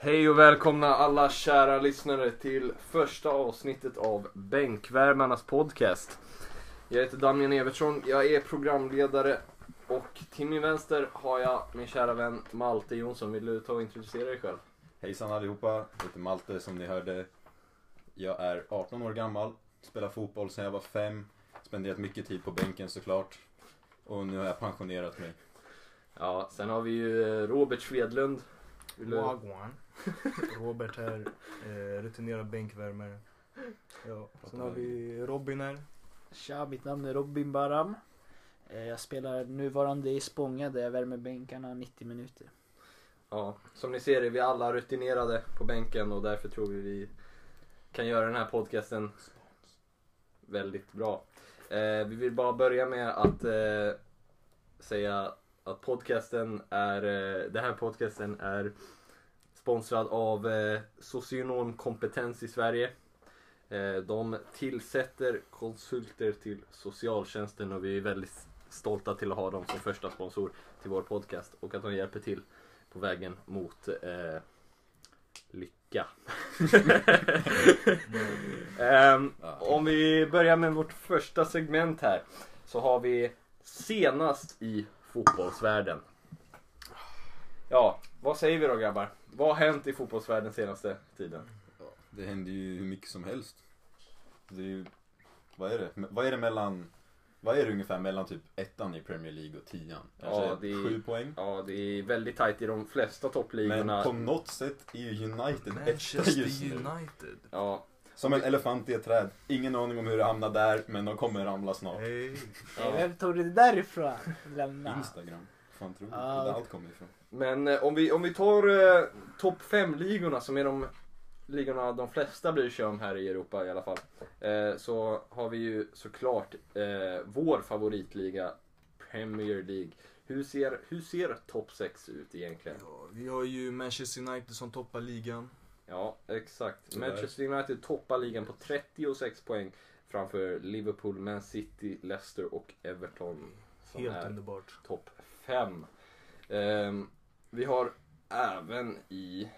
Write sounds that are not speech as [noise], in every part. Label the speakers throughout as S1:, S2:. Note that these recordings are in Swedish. S1: Hej och välkomna alla kära lyssnare till första avsnittet av Bänkvärmarnas podcast. Jag heter Damian Evertsson, jag är programledare och till min vänster har jag min kära vän Malte Jonsson. Vill du ta och introducera dig själv?
S2: Hejsan allihopa, jag heter Malte som ni hörde. Jag är 18 år gammal, spelar fotboll sedan jag var 5. Spenderat mycket tid på bänken såklart. Och nu har jag pensionerat mig.
S1: Ja, sen har vi ju eh, Robert Svedlund. Vill du-
S3: Wagwan. [laughs] Robert här, eh, rutinerad bänkvärmare. Ja. Sen har vi Robin här.
S4: Tja, mitt namn är Robin Baram. Eh, Jag spelar nuvarande i Spånga där jag värmer bänkarna 90 minuter.
S1: Ja, som ni ser är vi alla rutinerade på bänken och därför tror vi vi kan göra den här podcasten väldigt bra. Eh, vi vill bara börja med att eh, säga att podcasten är, eh, den här podcasten är sponsrad av eh, Socionomkompetens i Sverige. Eh, de tillsätter konsulter till socialtjänsten och vi är väldigt stolta till att ha dem som första sponsor till vår podcast och att de hjälper till på vägen mot eh, lycka. Ehm, om vi börjar med vårt första segment här så har vi senast i fotbollsvärlden. Ja, vad säger vi då grabbar? Vad har hänt i fotbollsvärlden senaste tiden?
S2: Det händer ju hur mycket som helst. Det är ju, vad är det? Men Vad är det mellan, vad är det ungefär mellan typ ettan i Premier League och tian? Kanske
S1: Ja, det är-
S2: sju poäng?
S1: Ja, det är väldigt tajt i de flesta toppligorna.
S2: Men på något sätt är ju United etta just
S3: Manchester
S2: nu.
S3: United.
S1: Ja,
S2: Som en elefant i ett träd. Ingen aning om hur det hamnar där, men de kommer ramla snart.
S3: Hej.
S1: Ja.
S4: Ja. Vem Eh, tog det därifrån? Lämna.
S2: Instagram. Fan tror du? Det
S4: Ja.
S2: är där allt kommer ifrån.
S1: Men eh, om vi, om vi tar eh, topp 5-ligorna som är de ligorna de flesta bryr sig om här i Europa i alla fall. Eh, så har vi ju såklart eh, vår favoritliga Premier League. Hur ser, hur ser topp 6 ut egentligen?
S3: Ja, vi har ju Manchester United som toppar ligan.
S1: Ja, exakt.
S2: Sådär.
S1: Manchester United toppar ligan på 36 poäng framför Liverpool, Man City, Leicester och Everton. som
S3: Helt
S1: är
S3: underbart.
S1: topp 5. Ehm, vi har även i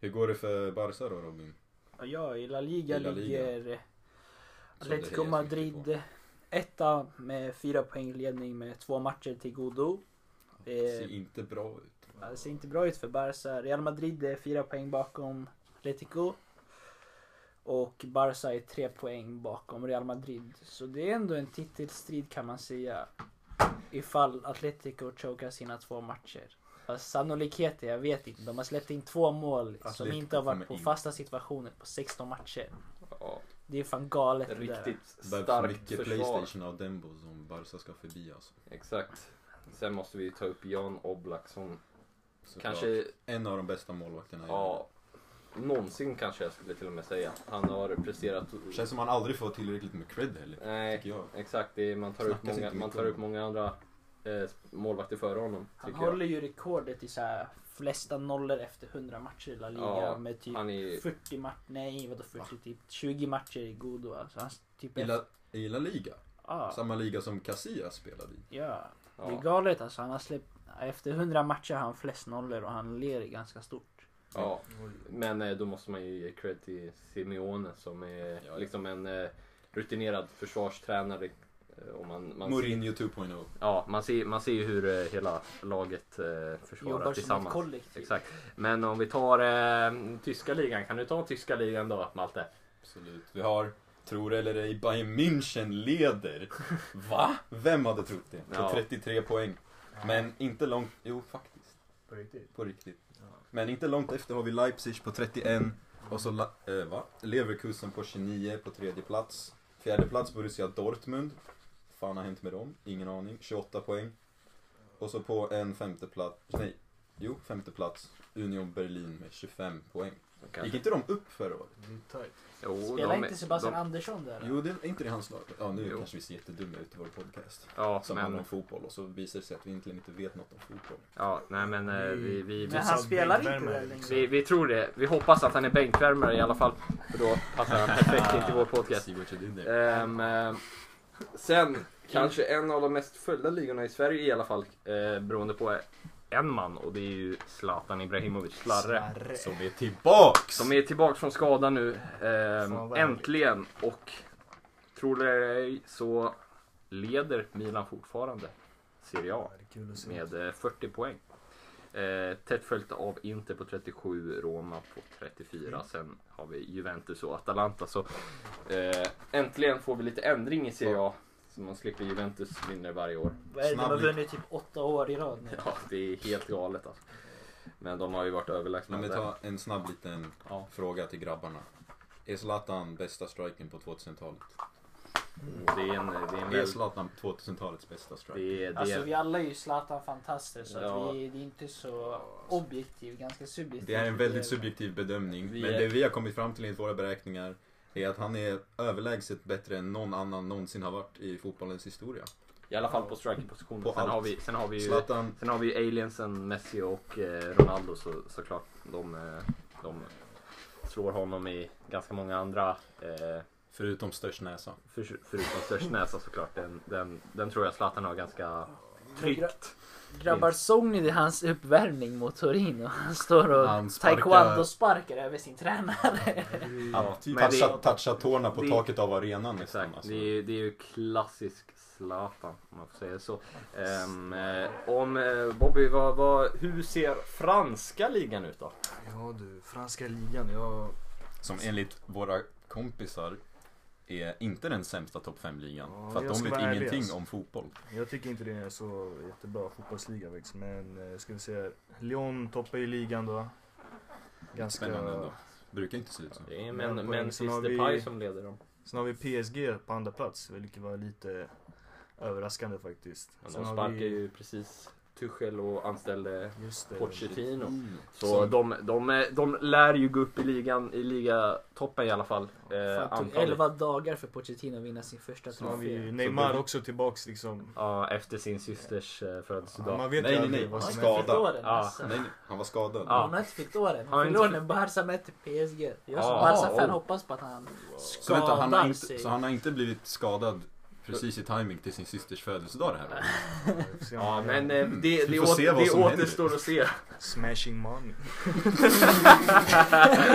S2: Hur går det för Barca då Robin?
S4: Ja, jag i La Liga
S2: I La Liga.
S4: ligger
S2: Som Alltså, det
S4: Atletico
S2: hejas mycket
S4: Madrid etta med fyra poäng ledning med två matcher till godo.
S2: Det ser
S4: Eh,
S2: inte bra ut.
S4: Ja, Det ser inte bra ut för Barca. Real Madrid är fyra poäng bakom Atletico. Och Barca är tre poäng bakom Real Madrid. Så det är ändå en titelstrid kan man säga. Ifall Atletico chokar sina två matcher. Fast sannolikheten, jag vet inte. De har släppt in två mål som
S2: Atletico
S4: inte har
S2: kommer
S4: varit på
S2: in.
S4: fasta situationer på 16 matcher.
S1: ja,
S4: Det är fan galet det där.
S1: riktigt
S2: Det behövs
S1: starkt
S2: mycket
S1: försvar.
S2: Playstation av Dembo som Barca ska förbi alltså.
S1: Exakt. Sen måste vi ta upp Jan Oblak som
S2: Såklart.
S1: kanske,
S2: En av de bästa målvakterna i världen.
S1: ja, någonsin kanske jag skulle till och med säga. Han har presterat...
S2: Känns som han aldrig får tillräckligt med cred heller.
S1: Nej,
S2: Tycker jag.
S1: exakt. Det är, man, tar upp
S2: Snackas
S1: många,
S2: inte
S1: man
S2: mycket
S1: tar
S2: om
S1: upp
S2: det.
S1: många andra eh, målvakter före honom,
S4: Han
S1: tycker jag.
S4: håller ju rekordet i så här flesta nollor efter 100 matcher i La Liga
S1: Ja,
S4: med typ
S1: Han är
S4: 40 matcher, nej vadå 40, typ 20 matcher i godo alltså. Han s- typ
S2: I
S4: efter,
S2: La, i La Liga?
S4: ja,
S2: Samma liga som Casillas spelade i.
S4: ja. Det
S1: Ja.
S4: är galet alltså. Han har släppt, efter 100 matcher har han flest nollor och han ler ganska stort.
S1: Ja,
S3: Oj.
S1: men eh, då måste man ju ge cred till Simeone som är
S2: ja.
S1: liksom en eh, rutinerad försvarstränare. eh, Och man, man, ser,
S2: Mourinho 2.0.
S1: ja, man, ser, man ser ju hur eh, hela laget eh, försvarar
S4: Jobbar som ett
S1: tillsammans.
S4: kollektiv.
S1: Exakt. Men om vi tar eh, tyska ligan. Kan du ta tyska ligan då, Malte?
S2: Absolut. Vi har, tror eller ej, Bayern München
S3: [laughs]
S2: leder. Va? Vem hade trott det? På
S1: Ja.
S2: 33 poäng. Men inte långt, jo faktiskt.
S3: På riktigt.
S2: På riktigt.
S3: Ja.
S2: Men inte långt efter har vi Leipzig på 31 och så La- eh, va? Leverkusen på 29 på tredje plats. Fjärde plats Borussia Dortmund. fan har hänt med dem? Ingen aning. 28 poäng. Och så på en femte plats, nej, jo femte plats Union Berlin med 25 poäng. Gick
S1: Kanske.
S2: inte de upp förra året?
S3: Det är tight.
S1: Jo,
S4: Spelar
S1: de-
S4: inte Sebastian
S1: de-
S4: Andersson där?
S2: Jo, det är inte det hans lag. Ja, nu
S1: Jo.
S2: kanske vi ser jättedumma ut i vår podcast.
S1: Ja,
S2: Som handlar
S1: men,
S2: om fotboll och så visar det sig att vi egentligen inte vet något om fotboll.
S1: ja, nej men eh, vi, vi,
S4: Men
S1: vi,
S4: han
S3: sa
S4: spelar inte
S3: bänkvärmare,
S4: väl
S1: vi, vi tror det. Vi hoppas att han är bänkvärmare i alla fall. För då passar han perfekt in till vår podcast.
S2: See what you did there.
S1: Ehm, eh, sen, kanske en av de mest följda ligorna i Sverige i alla fall, eh, beroende på en man och det är ju Zlatan Ibrahimovic, Slarre.
S2: Som är tillbaks!
S1: Som är tillbaka från skada nu, ehm,
S3: Fan, vad
S1: äntligen. Och tror det eller ej så leder Milan fortfarande Serie A
S3: Ja, det är kul att se.
S1: med eh, 40 poäng. Eh, tätt följt av Inter på 37, Roma på 34. Sen har vi Juventus och Atalanta. Så eh, äntligen får vi lite ändring i Serie A. Så man slipper Juventus vinnare varje år. [laughs]
S4: Vad är det? De har
S2: Snabb-
S4: vunnit typ åtta år i rad nu.
S1: Ja, det är helt galet alltså. Men de har ju varit överlägsna.
S2: Om vi
S1: där.
S2: tar en snabb liten
S1: Ja.
S2: fråga till grabbarna. Är Zlatan bästa strikern på 2000-talet?
S1: Det är en, det är en
S2: Är
S1: väl,
S2: Zlatan 2000-talets bästa striker?
S1: det är, det
S4: Alltså
S1: är,
S4: vi alla är ju Zlatan-fantaster så
S1: Ja.
S4: att vi, det är inte så objektivt, ganska subjektivt.
S2: Det är en väldigt subjektiv bedömning.
S1: Vi
S2: men
S1: är-
S2: det vi har kommit fram till enligt våra beräkningar är att han är överlägset bättre än någon annan någonsin har varit i fotbollens historia.
S1: I alla fall på strikerpositionen.
S2: På
S1: Sen,
S2: allt.
S1: har vi- sen har vi ju
S2: Zlatan,
S1: Sen har vi ju aliensen Messi och eh, Ronaldo så, såklart. De, eh, de slår honom i ganska många andra. Eh,
S2: förutom störst näsa.
S1: för, förutom störst näsa såklart. Den, den, den tror jag Zlatan har ganska tryggt.
S4: Grabbar, såg ni det? hans uppvärmning mot Torino? Han står och
S2: Han sparkar- Eh,
S4: taekwondo-sparkar över sin tränare.
S2: Ja,
S3: typ.
S1: men det-
S2: toucha, toucha tårna på
S1: det-
S2: taket av arenan nästan.
S1: Exakt.
S2: Alltså.
S1: Det är, ju- det är ju klassisk Zlatan om man får säga så. Ehm, eh, om eh, Bobby, vad, vad, hur ser franska ligan ut då?
S3: Ja du, franska ligan. Jag...
S2: Som enligt våra kompisar är inte den sämsta topp 5-ligan.
S3: Ja,
S2: för att
S3: jag
S2: de
S3: ska
S2: vet
S3: vara ärlig,
S2: ingenting
S3: alltså.
S2: om fotboll.
S3: Jag tycker inte det är så jättebra fotbollsliga faktiskt. Men eh, ska vi se. Lyon toppar ju ligan då. Ganska...
S2: Spännande ändå. Brukar inte se ut så.
S1: Det är
S3: Men
S1: men,
S3: på-
S1: men
S3: sen har vi-
S1: Depay som leder dem.
S3: Sen har vi PSG på andra plats. Vilket var lite överraskande faktiskt.
S1: Men
S3: Sen
S1: de
S3: har
S1: sparkar
S3: vi-
S1: ju precis Tuchel och anställde
S3: Just det.
S1: Pochettino.
S2: Mm.
S1: Så
S2: Som-
S1: de, de, de lär ju gå upp i ligan, i ligatoppen i alla fall. Eh,
S4: Fan, det tog
S1: antagligen.
S4: 11 typ dagar för Pochettino att vinna sin första
S3: Sen har vi
S4: trofé.
S3: Neymar
S2: Så det-
S3: också tillbaks liksom.
S1: Ja, efter sin systers eh,
S3: Ja,
S1: födelsedag.
S3: man vet
S2: Nej,
S3: ju
S2: nej,
S3: aldrig
S2: nej.
S3: vad
S4: Han
S3: som
S2: Ska-
S3: händer.
S4: har inte
S2: Skadad.
S4: fyllt åren
S1: Ja.
S4: alltså.
S2: Nej, nej, han var skadad.
S1: Ja.
S4: Han har inte fyllt åren.
S1: Har han
S4: Han fyllde
S1: inte
S4: år när Barca mötte PSG. Jag som
S1: Ja.
S4: Barca-fan
S1: Oh.
S4: hoppas på att han
S2: Så, vänta, han har
S4: skadar
S2: inte,
S4: sig.
S2: så han [laughs] har inte blivit skadad precis i timing till sin systers födelsedag det här året?
S3: Vi får se om
S1: Ja,
S3: han gör
S1: men eh,
S2: Mm.
S1: det,
S2: Vi
S1: det,
S2: får
S1: åter,
S2: se vad
S1: det
S2: som händer.
S1: återstår att se.
S3: Smashing money.
S4: [laughs]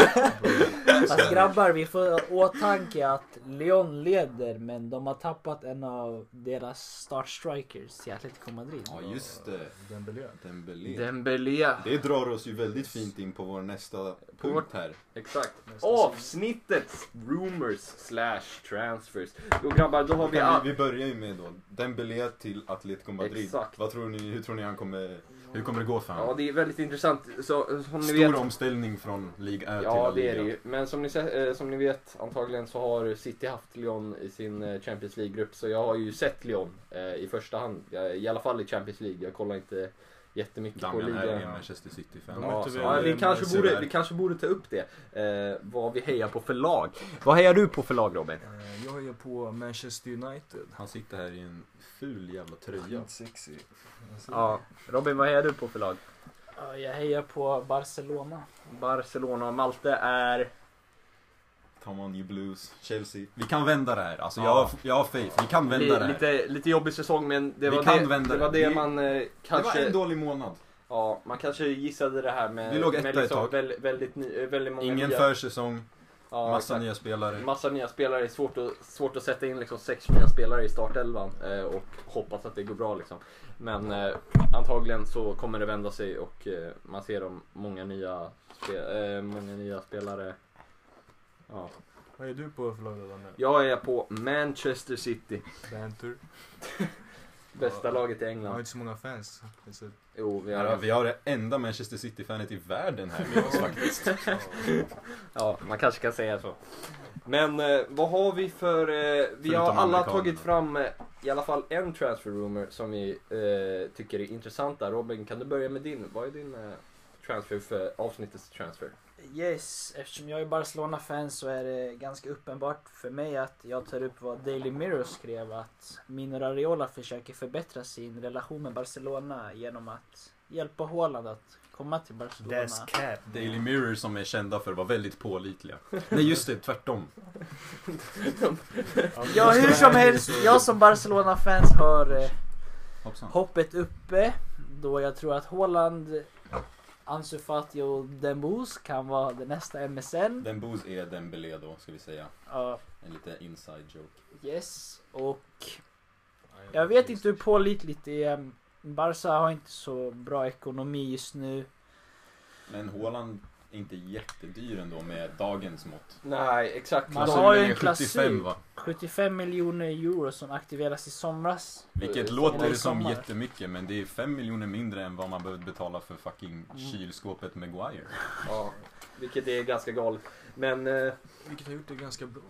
S4: Fast grabbar, vi får ha i åtanke att Lyon leder men de har tappat en av deras startstrikers till Atletico Madrid.
S2: Ja, just det.
S3: Dembélé.
S2: Dembélé.
S1: Dembélé.
S2: Det drar oss ju väldigt fint in på vår nästa punkt här.
S1: Exakt.
S3: Nästa
S1: Avsnittets rumors slash transfers. Då grabbar, då har vi...
S2: Men
S1: all-
S2: vi, vi börjar ju med då Dembélé till Atletico Madrid.
S1: Exakt.
S2: Vad tror ni, hur tror ni han kommer, hur kommer det gå för
S1: Ja,
S2: honom?
S1: det är väldigt intressant. Så, som ni
S2: Stor
S1: vet,
S2: omställning från Liga Ö Eh, till
S1: Ja,
S2: La
S1: det är
S2: Liga.
S1: det ju. Men som ni, se- eh, som ni vet, antagligen så har City haft Lyon i sin eh, Champions League-grupp. Så jag har ju sett Lyon eh, i första hand. Jag, I alla fall i Champions League. Jag kollar inte jättemycket på
S2: Damian är en
S1: ligan.
S2: Manchester City-fan.
S3: De
S1: Ja,
S3: mötte
S1: så,
S3: väl,
S1: ja, vi,
S3: eh,
S1: kanske borde,
S2: Sevilla.
S1: vi kanske borde ta upp det. Eh, vad vi hejar på för lag. Vad hejar du på för lag Robin?
S3: Eh, Jag hejar på Manchester United.
S2: Han sitter här i en ful jävla tröja.
S3: Sexy.
S1: Ja, Robin, vad hejar du på för lag?
S4: Ja, Jag hejar på Barcelona.
S1: Barcelona och Malte är...
S2: Come on you blues, Chelsea. Vi kan vända det här. Alltså,
S1: Ja.
S2: jag, har, jag har faith. Vi kan vända det här.
S1: lite, lite jobbig säsong men det
S2: Vi
S1: var
S2: kan
S1: det,
S2: vända
S1: det, var
S2: det.
S1: det
S2: Vi-
S1: man eh,
S2: Det var
S1: kanske...
S2: en dålig månad.
S1: Ja, man kanske gissade det här med,
S2: Vi låg etta
S1: med
S2: ett
S1: liksom
S2: tag.
S1: väldigt, väldigt, ny- eh, väldigt många
S2: Ingen
S1: nya-
S2: försäsong,
S1: Ja,
S2: massa
S1: exakt.
S2: nya spelare.
S1: Massa nya spelare, svårt att, svårt att sätta in liksom sex nya spelare i startelvan eh, och hoppas att det går bra liksom. Men eh, antagligen så kommer det vända sig och eh, man ser de många nya, spe, eh, många nya spelare. Ja.
S3: Vad är du på för lag då Daniel?
S1: Jag är på Manchester City,
S3: Banter.
S1: bästa
S3: Ja.
S1: laget i
S3: Jag har
S1: England.
S3: inte så många fans. Det är så-
S1: Jo, vi
S2: Ja,
S1: har,
S2: vi har det enda Manchester City-fanet i världen här
S1: [laughs]
S2: med oss faktiskt.
S3: Ja.
S1: ja, man kanske kan säga så. Men eh, vad har vi för... Eh, vi har
S2: Förutom
S1: alla
S2: amerikanerna.
S1: tagit fram eh, i alla fall en transfer rumor som vi eh, tycker är intressanta. Robin, kan du börja med din? Vad är din eh, transfer för avsnittets transfer?
S4: Yes, eftersom jag är Barcelona-fan så är det ganska uppenbart för mig att jag tar upp vad Daily Mirror skrev att Mino Raiola försöker förbättra sin relation med Barcelona genom att hjälpa Haaland att komma till Barcelona.
S3: That's cap.
S2: Daily Mirror som är kända för att vara väldigt pålitliga. Nej just det, tvärtom.
S4: Ja, hur som helst, jag som Barcelona-fans har eh,
S2: Hoppsan.
S4: hoppet uppe då jag tror att Haaland, Ansu Fati och Dembos kan vara det nästa MSN.
S2: Den Boos är Dembélé då, ska vi säga.
S4: Ja,
S2: En lite inside joke.
S4: yes, och Jag vet inte hur pålitligt det är. Barca har inte så bra ekonomi just nu.
S2: Men Haaland är inte jättedyr ändå med dagens mått.
S1: Nej, exakt.
S4: Man
S1: så.
S4: har ju
S2: den
S4: en
S2: är 75
S4: klausul.
S2: va?
S4: 75 miljoner euro som aktiveras i somras.
S2: Vilket
S1: Eh,
S2: låter
S4: sommar.
S2: det som
S4: Sommar.
S2: jättemycket men det är 5 miljoner mindre än vad man behövde betala för fucking
S4: Mm.
S2: kylskåpet Maguire.
S1: Ja, vilket är ganska galet. Men eh,
S3: Vilket har gjort det ganska bra.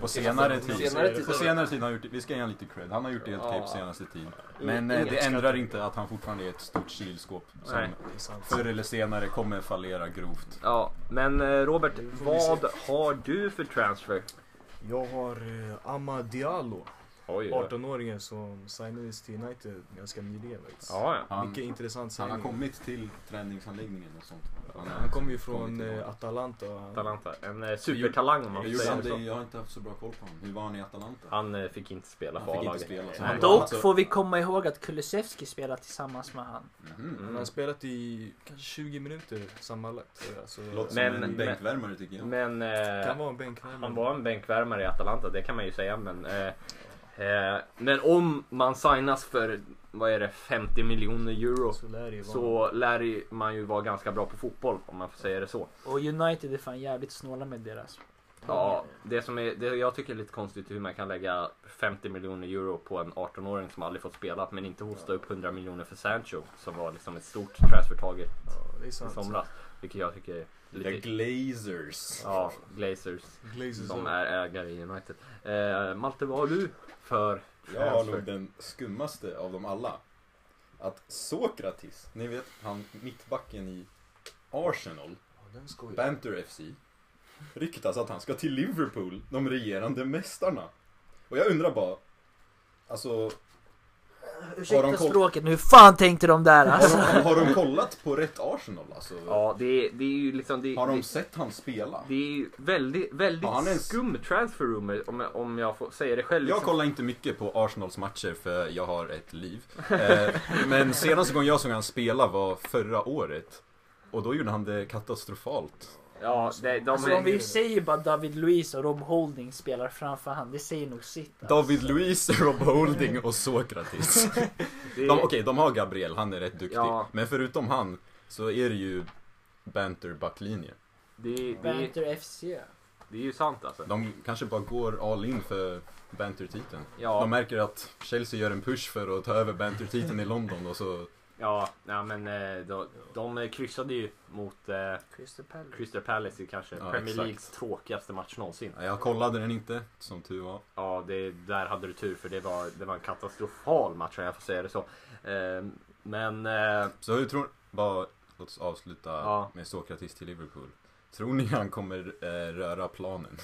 S2: På senare
S1: Senare
S2: tid.
S1: tid.
S2: På senare tid har han gjort det. Vi ska ge honom lite cred. Han har gjort det helt
S1: Ja.
S2: okej på senaste tid.
S1: in-
S2: Men eh,
S1: inget
S2: det ändrar inte att han fortfarande är ett stort kylskåp
S1: Nej.
S2: som
S3: Det är sant.
S2: förr eller senare kommer fallera grovt.
S1: Ja, men eh, Robert,
S3: Nu får vi
S1: vad har du för transfer?
S3: Jag har eh, Ama Diallo.
S1: Oj,
S3: 18-åringen som signades till United ganska nyligen faktiskt.
S1: Ja, ja.
S2: Han,
S3: Mycket intressant
S2: han
S3: signing.
S2: har kommit till träningsanläggningen och sånt. har
S3: Han kommer ju
S2: kommit
S3: från
S2: till
S3: eh,
S2: Norge.
S3: Atalanta.
S1: Atalanta. En eh, supertalang om man får
S2: Gjorde han
S1: säga
S2: det?
S1: så.
S2: Jag har inte haft så bra koll på honom. Hur var han i Atalanta?
S1: Han eh, fick inte spela
S2: Han
S1: för
S2: fick inte
S1: A-laget.
S2: spela, så
S1: Nej.
S2: han-
S4: Dock
S2: alltså-
S4: får vi komma ihåg att Kulusevski spelar tillsammans med han.
S2: Mhm.
S1: Mm.
S3: Han har spelat i kanske 20 minuter sammanlagt. så- Alltså,
S2: Låter som
S1: Men-
S2: en
S1: men-
S2: bänkvärmare tycker jag.
S1: Men
S3: kan
S1: eh,
S3: vara en bänkvärmare.
S1: han var en bänkvärmare i Atalanta, det kan man ju säga. Men, eh, eh, men om man signas för, vad är det, 50 miljoner euro.
S3: Så lär det ju vara.
S1: Så lär ju- man ju vara ganska bra på fotboll om man får säga det så.
S4: Och United är fan jävligt snåla med deras.
S1: Ja, det som är, det jag tycker är lite konstigt är hur man kan lägga 50 miljoner euro på en 18-åring som aldrig fått spela men inte hosta upp 100 miljoner för Sancho som var liksom ett stort transfertaget
S3: Ja, det är
S1: i
S3: sant.
S1: somras. Vilket jag tycker är
S2: The
S1: lite...
S2: Glazers.
S1: Ja, Glazers
S3: Glazers
S1: som
S3: up.
S1: är ägare i United. Eh, Malte, vad har du för...
S2: Jag har
S1: Transfer.
S2: nog den skummaste av dem alla. Att Sokratis, ni vet han mittbacken i Arsenal,
S3: Ja, den skojar.
S2: Banter FC, ryktas att han ska till Liverpool, de regerande mästarna. Och jag undrar bara, alltså Har
S4: Ursäkta
S2: de koll-
S4: språket nu, hur fan tänkte de där
S2: har
S4: alltså?
S2: de, har de kollat på rätt Arsenal alltså?
S1: Ja, det är, det är ju liksom... Det,
S2: Har de
S1: det,
S2: sett han spela?
S1: det är ju väldigt, väldigt
S2: Ja, han är en-
S1: skum transfer room om, om jag får säga det själv. liksom.
S2: Jag kollar inte mycket på Arsenals matcher för jag har ett liv. Eh, Men senaste gången jag såg han spela var förra året. Och då gjorde han det katastrofalt.
S1: Ja, det, de
S4: Alltså
S1: är-
S4: om vi säger bara David Luiz och Rob Holding spelar framför han, det säger nog sitt. Alltså.
S2: David Luiz, Rob Holding och Sokratis.
S1: [laughs] det-
S2: De, Okej, de har Gabriel, han är rätt duktig.
S1: Ja.
S2: Men förutom han så är det ju banter backlinje.
S1: Det, det,
S4: Banter FC.
S1: det är ju sant alltså.
S2: De kanske bara går all in för banter-titeln.
S1: Ja,
S2: De märker att Chelsea gör en push för att ta över banter-titeln i London och så
S1: ja nej, men eh, de, de kryssade ju mot eh,
S4: Crystal Palace.
S1: Crystal Palace i kanske
S2: Ja,
S1: Premier
S2: exakt.
S1: Leagues tråkigaste match någonsin.
S2: Nej, Jag kollade den inte, som tur var.
S1: Ja, det, där hade du tur för det var, det var en katastrofal match om jag får säga det så. Eh, men eh,
S2: Så hur tror bara, låt oss avsluta
S1: Ja.
S2: med Sokratis till Liverpool. Tror ni han kommer eh, röra planen?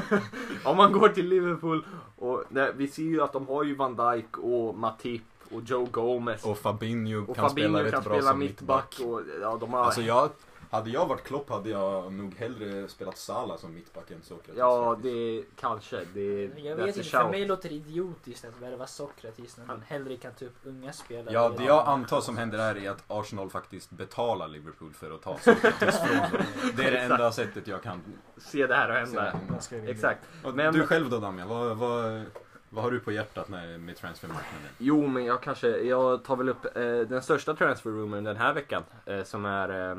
S1: [laughs] om man går till Liverpool och nej, vi ser ju att de har ju Van Dijk och Matip och Joe Gomez och,
S2: Och Fabinho kan spela
S1: Fabinho
S2: rätt
S1: kan
S2: bra
S1: spela
S2: som mittback.
S1: mittback. Och, ja, de har,
S2: Alltså jag, hade jag varit Klopp hade jag nog hellre spelat Salah som mittback än Sokratis.
S1: ja,
S2: faktiskt.
S1: det kanske. Det,
S4: Jag
S1: that's
S4: vet
S1: a
S4: inte, för
S1: shout.
S4: mig låter det idiotiskt att värva Sokratis när man hellre kan ta upp unga spelare.
S2: Ja, det jag antar som händer här är att Arsenal faktiskt betalar Liverpool för att ta Sokratis från dem. Det
S1: [laughs]
S2: är det enda sättet jag kan
S1: Se det här och
S2: se det
S1: hända.
S2: hända.
S3: Ganska rimligt.
S1: Exakt.
S2: Och
S1: Men-
S2: Du själv då Damian, vad, vad, vad har du på hjärtat när, med transfermarknaden?
S1: Jo, men jag kanske, jag tar väl upp eh, den största transferroomen den här veckan eh, som är eh,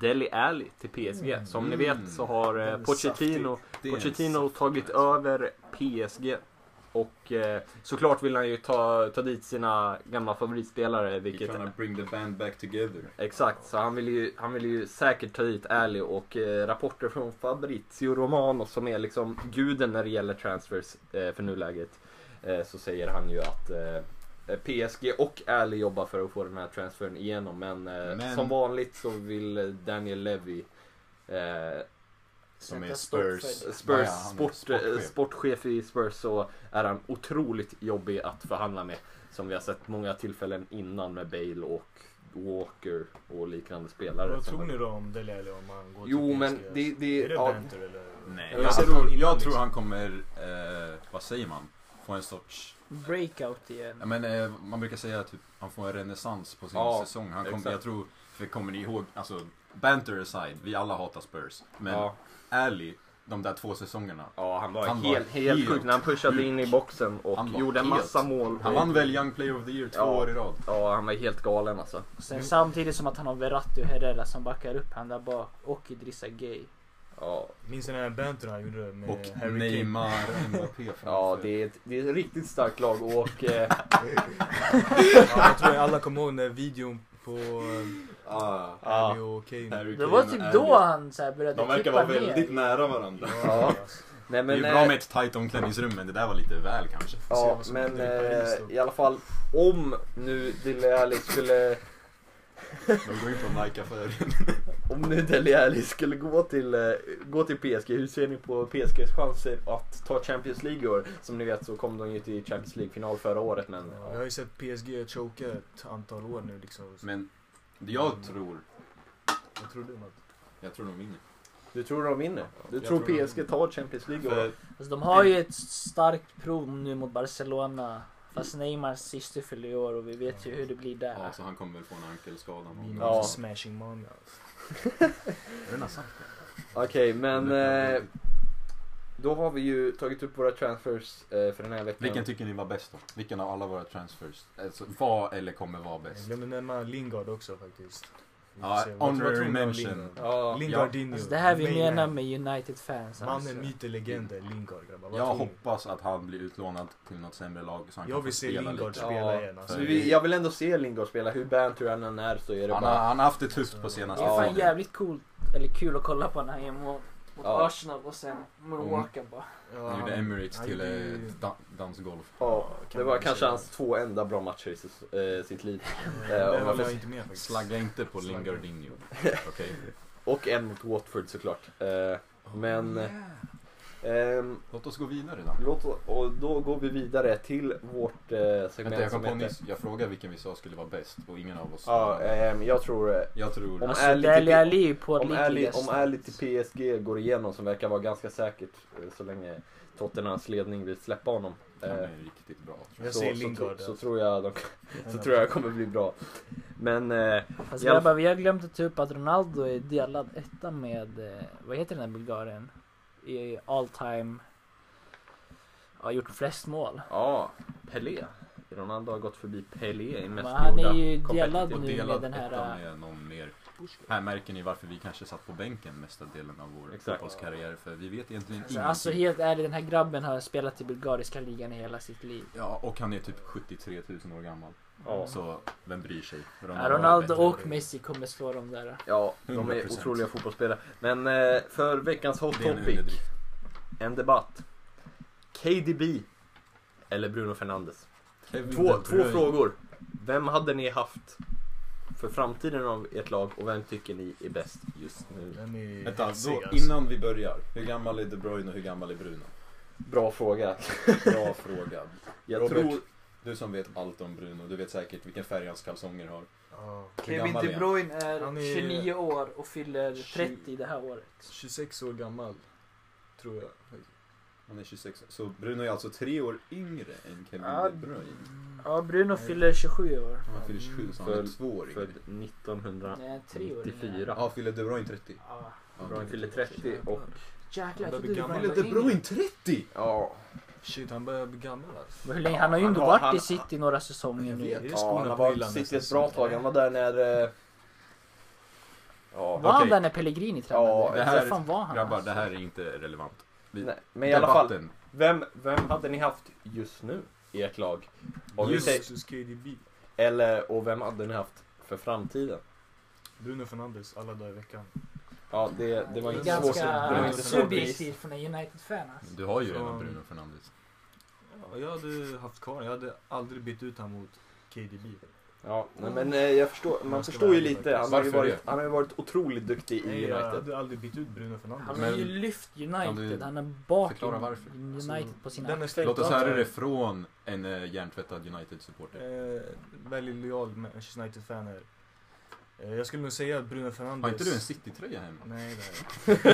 S1: Deli Alli till PSG. Som ni
S2: Mm.
S1: vet så har eh,
S3: Den är
S1: Pochettino,
S2: Det är en
S1: Pochettino
S2: saftig
S1: tagit
S2: transfer.
S1: över PSG. Och eh, såklart vill han ju ta, ta dit sina gamla favoritspelare. Vilket,
S2: You're trying to bring the band back together.
S1: Exakt, så han vill, ju, han vill ju säkert ta dit Ali och eh, rapporter från Fabrizio Romano som är liksom guden när det gäller transfers eh, för nuläget. Eh, så säger han ju att eh, PSG och Ali jobbar för att få den här transfern igenom men, eh,
S2: Men-
S1: som vanligt så vill Daniel Levy eh,
S2: Som
S4: Sätta
S2: är
S4: stopp för
S2: Spurs.
S4: det.
S2: Vad är
S1: Spurs
S2: han?
S1: sport, sportchef. sportchef i Spurs så är han otroligt jobbig att förhandla med. Som vi har sett många tillfällen innan med Bale och Walker och liknande spelare.
S3: Vad
S1: som-
S3: tror ni då om Dele Alli om han går
S1: Jo
S3: till PSG?
S1: men det, det,
S3: Är det
S1: ja,
S3: banter eller?
S2: Nej,
S1: Jag
S2: jag,
S1: har sett
S2: tror,
S3: honom innan,
S2: jag tror
S3: liksom.
S2: han kommer, eh, vad säger man? Få en sorts,
S4: Breakout igen.
S2: ja, men, eh, man brukar säga typ, han får en renässans på sin
S1: Ja,
S2: säsong. Han kom,
S1: exakt.
S2: jag tror, för kommer ni ihåg, alltså banter aside, vi alla hatar Spurs. Men
S1: ja,
S2: ärlig, de där två säsongerna.
S1: ja, han var
S2: Han var
S1: helt, helt
S2: helt
S1: sjuk när han pushade
S2: sjuk.
S1: in i boxen
S2: Han
S1: och
S2: var
S1: gjorde en
S2: helt-
S1: massa mål.
S2: Han vann väl Young Player of the Year två
S1: Ja.
S2: år i rad.
S1: Ja, han var helt galen alltså.
S4: Sen samtidigt som att han har Verratti och Herrera som backar upp han där bak och Idrissa Gay.
S1: Ja,
S3: Minns ni den här bantern han gjorde med
S2: Och
S3: Eh, Harry Kane?
S2: Neymar, Mbappé
S1: ja
S2: framför.
S1: det, är ett, det är ett riktigt starkt lag och eh,
S3: Ja, jag tror alla kommer ihåg den där videon på eh,
S2: Ah,
S1: Ja.
S3: Harry och Kane.
S2: Harry
S4: Det var
S2: Kane
S4: typ
S2: är
S4: då
S2: ju-
S4: han så här började
S2: Mm. De verkar
S4: klippa
S2: vara
S4: ner.
S2: väldigt nära varandra.
S1: ja. Nej,
S2: det är
S1: men,
S2: ju
S1: eh,
S2: bra med ett tight omklädningsrum men det där var lite väl kanske.
S3: se
S1: Ja,
S3: vad som
S1: men
S3: händer i Paris
S1: eh,
S3: då.
S1: i alla fall om nu Dele Alli skulle,
S2: De går in på Nike-affären.
S1: om nu Dele Alli skulle gå till, eh, gå till PSG, hur ser ni på PSGs chanser att ta Champions League i år? Som ni vet så kom de ju till Champions League-final förra året men
S3: Ja, Vi har
S1: ja.
S3: ju sett PSG choka ett antal år nu liksom. Så
S2: Men jag tror,
S3: Vad tror du Matt?
S2: jag tror de vinner.
S1: du tror de vinner? Du
S2: Jag
S1: tror
S2: tror de-
S1: PSG tar Champions League i år?
S2: För
S4: Alltså, de har ju ett starkt prov nu mot Barcelona. Fast Neymars syster fyller i år och vi vet ju hur det blir där.
S2: ja, så han kommer väl få en ankelskada någon
S3: Minus
S2: gång.
S1: Ja.
S3: smashing man.
S2: Har den här sagt det?
S1: Okej, men eh,
S2: Men-
S1: då har vi ju tagit upp våra transfers eh, för den här veckan.
S2: Vilken tycker ni var bäst då? Vilken av alla våra transfers alltså, var eller kommer vara
S3: Jag
S2: bäst?
S3: glömde nämna Lingard också faktiskt. Vi får
S2: Ja,
S3: se. Vad- vad
S2: honorary
S3: tror ni om
S2: mention.
S3: Lingard?
S1: Ja,
S3: Lingardinho.
S4: Alltså, det här vi
S3: Mayhem.
S4: menar med United-fans. Alltså.
S3: Mannen, myten, legenden Lingard grabbar. Vad
S2: Jag
S3: tror ni?
S2: hoppas att han blir utlånad till något sämre lag så han
S3: Jag
S2: kan få
S3: vill se
S2: spela
S3: Lingard
S2: lite.
S3: spela igen.
S1: så
S3: Alltså.
S1: vi, jag vill ändå se Lingard spela, hur banter han än är så är det
S2: Han har,
S1: bara...
S2: han har haft det tufft på
S4: Det
S2: senaste
S4: är fan
S2: tiden.
S4: jävligt coolt, eller kul att kolla på när han gör mål mot
S1: Ja. Mm.
S4: Arsenal och sen Milwaukee bara.
S3: Ja,
S2: Han gjorde Emirates
S3: han
S2: till
S3: gjorde ju- [laughs]
S2: eh, dan- dansgolf.
S1: Ja,
S3: kan
S1: det
S3: man
S1: var
S3: väl
S1: kanske
S3: säga.
S1: hans två enda bra matcher i sis- eh, sitt liv.
S3: Det
S1: Eh, om man
S3: håller
S1: får-
S3: jag inte med faktiskt.
S2: Slagga inte på
S3: Slagga.
S2: [laughs] Lingardinho. Okej.
S1: Och en mot Watford såklart. Eh,
S3: Oh,
S1: Men- ehm,
S2: Låt oss gå vidare då.
S1: låt, och då går vi vidare till vårt eh, segment
S2: Vänta, jag kom
S1: som
S2: på
S1: heter...
S2: nyss. Jag frågade vilken vi sa skulle vara bäst och ingen av oss
S1: Ja, ehm, jag tror... eh,
S2: Jag tror...
S1: Om
S4: Alltså
S1: Ali
S4: Dele
S1: tycker-
S4: Alli är ju
S1: Om ärligt,
S4: pålitligast.
S1: om ärligt till PSG går igenom, som verkar vara ganska säkert eh, så länge Tottenhams ledning vill släppa honom.
S2: Den
S1: eh,
S2: är riktigt bra. tror
S3: Jag
S1: så,
S3: ser
S1: så,
S3: Lingard. eh,
S1: tro- så tror jag de, så tror jag kommer bli bra. Men eh,
S4: Fast
S1: I alla-
S4: grabbar, vi har glömt att ta upp att Ronaldo är delad etta med, eh, vad heter den där bulgaren? I all time. Har gjort flest mål.
S1: ja, Pelé. Ronaldo har gått förbi Pelé i
S4: Men
S1: mest
S4: han
S1: gjorda
S4: är ju
S1: competitive
S4: delad
S2: Och
S4: nu med
S2: delad
S4: den
S2: etta
S4: här... eh,
S2: med någon mer. Här märker ni varför vi kanske satt på bänken mesta delen av vår
S1: Exakt.
S2: fotbollskarriär. För vi vet egentligen
S4: Alltså,
S1: Mm.
S2: ingenting.
S4: alltså helt ärligt, den här grabben har spelat i bulgariska ligan i hela sitt liv.
S2: Ja, och han är typ 73 000 år gammal.
S1: Ja.
S2: Så vem bryr sig?
S4: Ja,
S2: är
S4: Ronaldo
S2: bättre.
S4: och Messi kommer slå dem där.
S1: Ja, de är
S2: 100%.
S1: otroliga fotbollsspelare. Men eh, för veckans hot
S2: Det är en
S1: topic,
S2: underdrift.
S1: en debatt. KDB eller Bruno Fernandes?
S2: Kevin
S1: Två, två
S2: De Bruyne.
S1: frågor. Vem hade ni haft för framtiden av ert lag och vem tycker ni är bäst just nu?
S3: Den är
S2: Vänta,
S3: hetsig,
S2: då,
S3: alltså.
S2: innan vi börjar. Hur gammal är De Bruyne och hur gammal är Bruno?
S1: Bra fråga.
S2: Bra fråga.
S1: Jag
S2: Robert,
S1: tror...
S2: du som vet allt om Bruno, du vet säkert vilken färg hans kalsonger har.
S3: Ja,
S2: Hur gammal är han?
S4: Bruyne är,
S3: Han är-
S4: 29 år och fyller 30 det här året.
S3: 26 år gammal. Tror jag.
S2: Han är 26 Så Bruno är alltså tre år yngre än Kevin
S4: Ja.
S2: De Bruyne.
S4: Ja, Bruno fyller 27 år.
S2: Han fyller 27 så han
S1: Född-
S2: är två år yngre.
S1: Född 1900.
S4: Nej, 3 år.
S1: 94.
S2: Ja, fyller De Bruyne 30?
S4: Ja.
S2: Ja,
S1: Bra, han fyller 30 och...
S4: Jäklar, jag
S3: Han
S4: trodde
S3: börjar
S4: du
S3: bli
S2: Fyller
S4: var
S2: De Bruyne 30?
S1: Ja,
S3: Shit, han börjar bli gammal alltså.
S4: Men hur länge? Han har ju
S1: Han
S4: ändå
S1: har-
S4: varit
S1: han-
S4: i City några säsonger
S3: Jag
S4: nu.
S3: vet.
S1: ja,
S3: skorna
S1: han har
S3: på
S1: varit
S3: hyllan
S1: City
S3: nästan
S1: ett bra
S3: så.
S1: tag. Han var där när... eh, Ja,
S4: Var han
S2: Okej.
S4: där när Pellegrini tränade?
S1: Ja,
S2: det
S4: det
S2: här-
S4: här, fan var han?
S2: Grabbar,
S4: alltså?
S2: det här är inte relevant. Vi-
S1: Nej, men i alla fall.
S2: Debatten.
S1: Vem, vem hade ni haft just nu i ert lag? Om vi säger,
S3: Jesus KDB.
S1: eller, och vem hade ni haft för framtiden?
S3: Bruno Fernandes, alla dagar i veckan.
S1: Ja, det, det var inte
S4: Det är
S1: svårt. Det var
S4: ganska
S1: inte svårt.
S4: subjektivt från en United-fan alltså.
S2: Du har ju
S3: Från-
S2: redan Bruno Fernandes.
S3: Ja, jag hade haft kvar Jag hade aldrig bytt ut honom mot KDB.
S1: Ja, nej, men eh, jag förstår, man
S3: ska
S1: förstår
S3: vara
S1: ju
S3: ärlig
S1: lite. Han har ju,
S2: Varför
S1: varit, han har ju varit otroligt duktig i
S3: Nej, jag
S1: United.
S3: hade aldrig bytt ut Bruno Fernandes.
S4: Han har
S2: Men-
S4: ju lyft
S2: Kan du
S4: United, han är bak i
S2: förklara varför?
S4: United på sina
S3: Den är
S4: axlar.
S3: stängd.
S2: Låt oss höra det från en eh, hjärntvättad United-supporter.
S3: Eh, väldigt lojal Manchester United-fan här. Eh, jag skulle nog säga att Bruno Fernandes...
S2: Har inte du en City-tröja hemma?
S3: Nej, det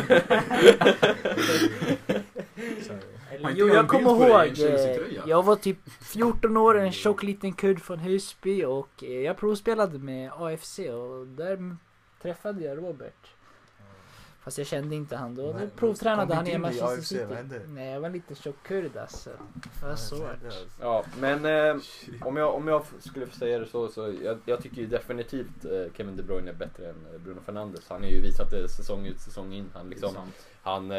S2: Har
S4: Eller,
S2: inte
S4: jo,
S2: jag en
S4: jag kommer
S2: bild på dig i
S4: ihåg.
S2: en Chelsea-tröja?
S4: eh, Jag var typ 14 år, en tjock liten kudd från Husby och eh, jag provspelade med AFC och där träffade jag Robert. Fast jag kände inte han då.
S3: Nej,
S4: Nu
S3: men kom
S4: provtränade han
S3: inte
S4: i
S3: in i
S4: Manchester
S3: AFC, vad
S4: City.
S3: hände?
S4: Nej, jag var lite tjock kurd alltså. Det var svårt.
S1: Ja, men eh, om, jag, om jag f- skulle få säga det så, så jag, jag tycker ju definitivt eh, Kevin De Bruyne är bättre än eh, Bruno Fernandes. Han har ju visat det säsong ut, säsong in. Han liksom, han eh,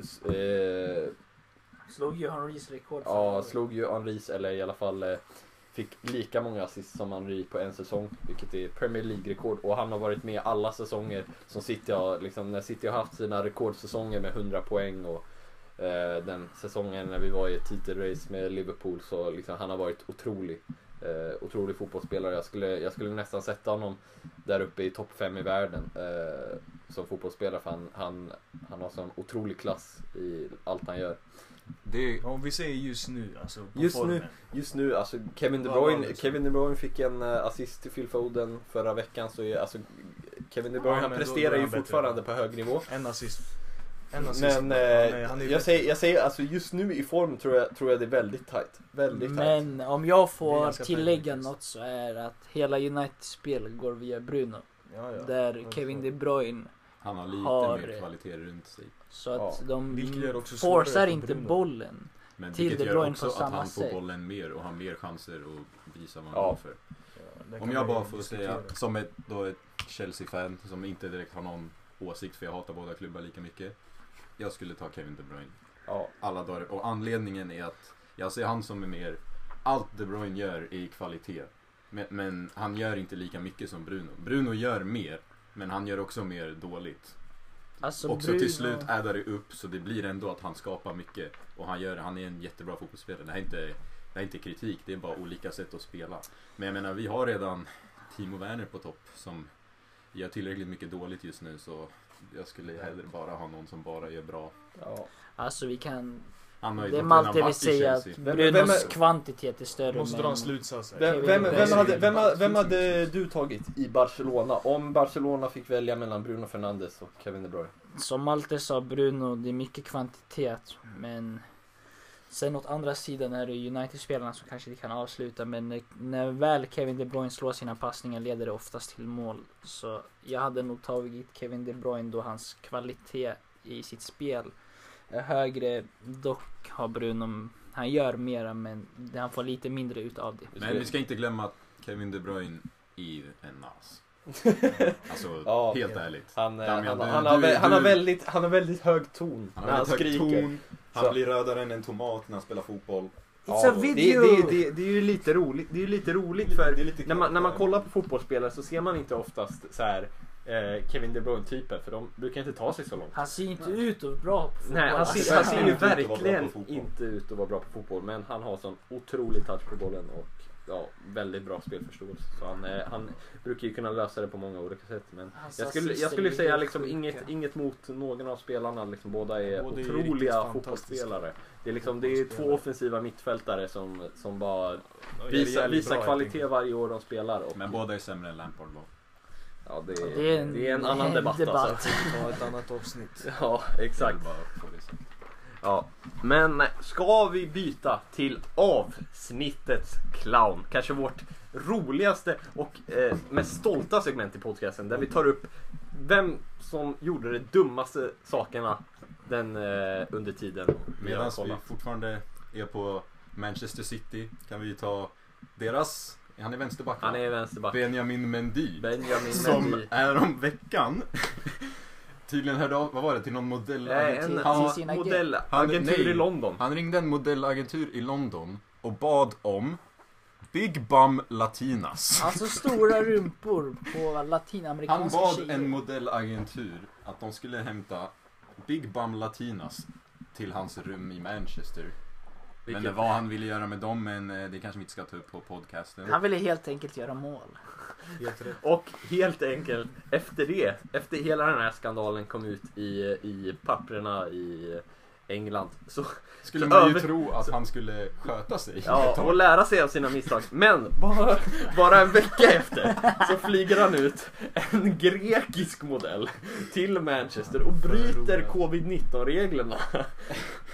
S1: s- eh,
S4: Slog ju Henrys rekord.
S1: ja, slog ju Henris, eller i alla fall eh, fick lika många assist som Henri på en säsong, vilket är Premier League-rekord. Och han har varit med alla säsonger som City har, liksom, när City har haft sina rekordsäsonger med 100 poäng och eh, den säsongen när vi var i ett titelrace med Liverpool så liksom, han har varit otrolig. Eh, otrolig fotbollsspelare. Jag skulle, jag skulle nästan sätta honom där uppe i topp 5 i världen eh, som fotbollsspelare för han, han, han har sån otrolig klass i allt han gör.
S2: Det
S3: Om vi säger just nu, alltså på
S1: Just
S3: formen.
S1: nu. Just nu, alltså Kevin De
S3: Vad var
S1: Bruyne,
S3: det, så?
S1: Kevin De Bruyne fick en eh, assist till Phil Foden förra veckan så är, alltså Kevin De Bruyne
S3: Ja,
S1: han
S3: men då-
S1: presterar
S3: då är
S1: ju
S3: han bättre.
S1: fortfarande på hög nivå.
S3: En assist. En assist.
S1: Men
S3: Han är- han är
S1: eh, jag,
S3: bättre.
S1: säger, jag säger alltså just nu i form tror jag, tror jag det är väldigt tight. Väldigt tight.
S4: Men om jag
S3: Det är
S4: får
S3: ganska
S4: tillägga
S3: främst.
S4: något så är att hela United-spel går via Bruno.
S3: Ja, ja.
S4: Där Kevin De Bruyne
S2: Han har lite
S4: Har-
S2: mer kvalitet runt sig.
S4: Så att
S1: Ja,
S4: de
S3: vilket gör det också svårare
S4: forcar
S3: för
S4: inte
S3: Bruno.
S4: bollen.
S2: Men
S4: Till
S2: vilket
S4: De
S2: gör
S4: Bruyne
S2: också
S4: på
S2: att
S4: samma
S2: han får
S4: sätt.
S2: bollen mer och har mer chanser och visar vad han
S1: Ja.
S2: går för.
S3: Ja, där
S2: Om
S3: kan
S2: jag
S3: man ju
S2: bara får
S3: diskutera.
S2: säga, som ett, då ett Chelsea-fan som inte direkt har någon åsikt för jag hatar båda klubbar lika mycket. Jag skulle ta Kevin De Bruyne.
S1: Ja,
S2: alla dagar. Och anledningen är att jag ser han som är mer, allt De Bruyne gör är i kvalitet. Men, men han gör inte lika mycket som Bruno. Bruno gör mer, men han gör också mer dåligt.
S4: Alltså
S2: och så
S4: Bruno,
S2: till slut äh, addar det upp så det blir ändå att han skapar mycket. Och han, gör, han är en jättebra fotbollsspelare. Det här är inte, det här är inte kritik, det är bara olika sätt att spela. Men jag menar, vi har redan Timo Werner på topp som gör tillräckligt mycket dåligt just nu så jag skulle hellre bara ha någon som bara gör bra.
S1: ja.
S4: Alltså vi kan...
S2: Han har ju
S4: Det är
S2: gått redan
S4: Malte vill
S2: varit i
S4: säga att
S2: Chelsea.
S1: Vem- vem
S4: Brunos
S1: är-
S4: kvantitet är större
S3: Måste dra en
S4: men...
S3: slutsats här.
S1: Vem,
S4: Kevin
S1: vem,
S4: De
S1: vem,
S4: Bruyne.
S1: hade, vem, ha- vem hade du tagit i Barcelona? Om Barcelona fick välja mellan Bruno Fernandes och Kevin De Bruyne?
S4: Som Malte sa Bruno, det är mycket kvantitet men... Sen åt andra sidan är det United-spelarna som kanske inte kan avsluta men när, när väl Kevin De Bruyne slår sina passningar leder det oftast till mål. Så jag hade nog tagit Kevin De Bruyne då hans kvalitet i sitt spel är högre. Dock har Bruno, han gör mera men han får lite mindre ut av det.
S2: Men vi ska inte glömma att Kevin De Bruyne är en nas. Alltså,
S1: Ja.
S2: helt ärligt.
S1: [laughs] Han, eh,
S2: Damian,
S1: han,
S2: du-
S1: han, har,
S2: du-
S1: vä- han, har
S2: du-
S1: väldigt, han har väldigt hög ton när han skriker. Så-
S2: blir rödare än en tomat när han spelar fotboll.
S4: It's
S1: Ja,
S4: a video!
S1: Det, det, det, det är ju lite roligt, det är ju lite roligt för
S2: Det är lite
S1: när, man, när man
S2: kul.
S1: kollar på fotbollsspelare så ser man inte oftast så här eh, Kevin De Bruyne-typer för de brukar inte ta sig så långt.
S4: Han ser ju inte ut att vara bra på fotboll.
S1: Nej, han
S4: Alltså,
S1: ser, han ser ju
S2: inte vara bra på
S1: verkligen
S2: fotboll.
S1: inte ut att vara bra på fotboll men han har sån otrolig touch på bollen och ja, väldigt bra spelförståelse. Så han, eh, han brukar ju kunna lösa det på många olika sätt. Men
S4: Hans
S1: jag skulle,
S4: assister
S1: jag skulle
S4: alltså, är
S1: säga
S4: helt
S1: liksom
S4: sjuka.
S1: inget, inget mot någon av spelarna. Liksom, båda är
S3: Båda är ju riktigt
S1: otroliga
S3: fantastiska
S1: fotbollsspelare. Det är, liksom, det är två
S3: fotbollsspelare.
S1: offensiva mittfältare som, som bara
S3: Ja, det är
S1: visar,
S3: jävligt bra,
S1: visar
S3: jag
S1: kvalitet
S3: tänker.
S1: varje år de spelar. Och,
S2: Men båda är sämre än Lampard var.
S1: ja, det, är,
S4: Det är en,
S1: det är en annan debatt, Alltså.
S3: Ta ett annat avsnitt.
S1: [laughs] Ja,
S2: Jag
S1: exakt.
S2: vill bara få det sagt.
S1: Ja. Men ska vi byta till avsnittets clown? Kanske vårt roligaste och eh, mest stolta segment i podcasten där vi tar upp vem som gjorde de dummaste sakerna den, eh, under tiden. vi har
S2: Medan vi
S1: kollat.
S2: fortfarande är på Manchester City kan vi ta deras, han är vänsterback va?
S1: Han är vänsterback.
S2: Benjamin Mendy.
S1: Benjamin
S2: Som
S1: Mendy.
S2: är om veckan [laughs] tydligen hörde av, vad var det, till någon modell?
S1: Nej, en
S2: han,
S4: sin
S1: ja,
S4: agent.
S2: Han-
S1: modellagentur
S2: nej.
S1: i London.
S2: Han ringde en modellagentur i London och bad om Big Bum Latinas.
S4: Alltså stora rumpor på
S2: Han
S4: latinamerikanska
S2: bad en modellagentur att de skulle hämta Big Bum Latinas till hans rum i Manchester.
S1: Vilket,
S2: Men vad han ville göra med dem, men eh, det kanske vi inte ska ta upp på podcasten.
S4: Han ville helt enkelt göra mål.
S2: Helt rätt.
S1: Och helt enkelt efter det, efter hela den här skandalen kom ut i, i papprena i England. Så,
S2: Skulle
S1: Så
S2: man ju
S1: över-
S2: tro att han skulle sköta sig. ett
S1: ja,
S2: tag.
S1: och lära sig av sina misstag. Men bara, bara en vecka efter så flyger han ut en grekisk modell till Manchester och bryter covid-19 reglerna.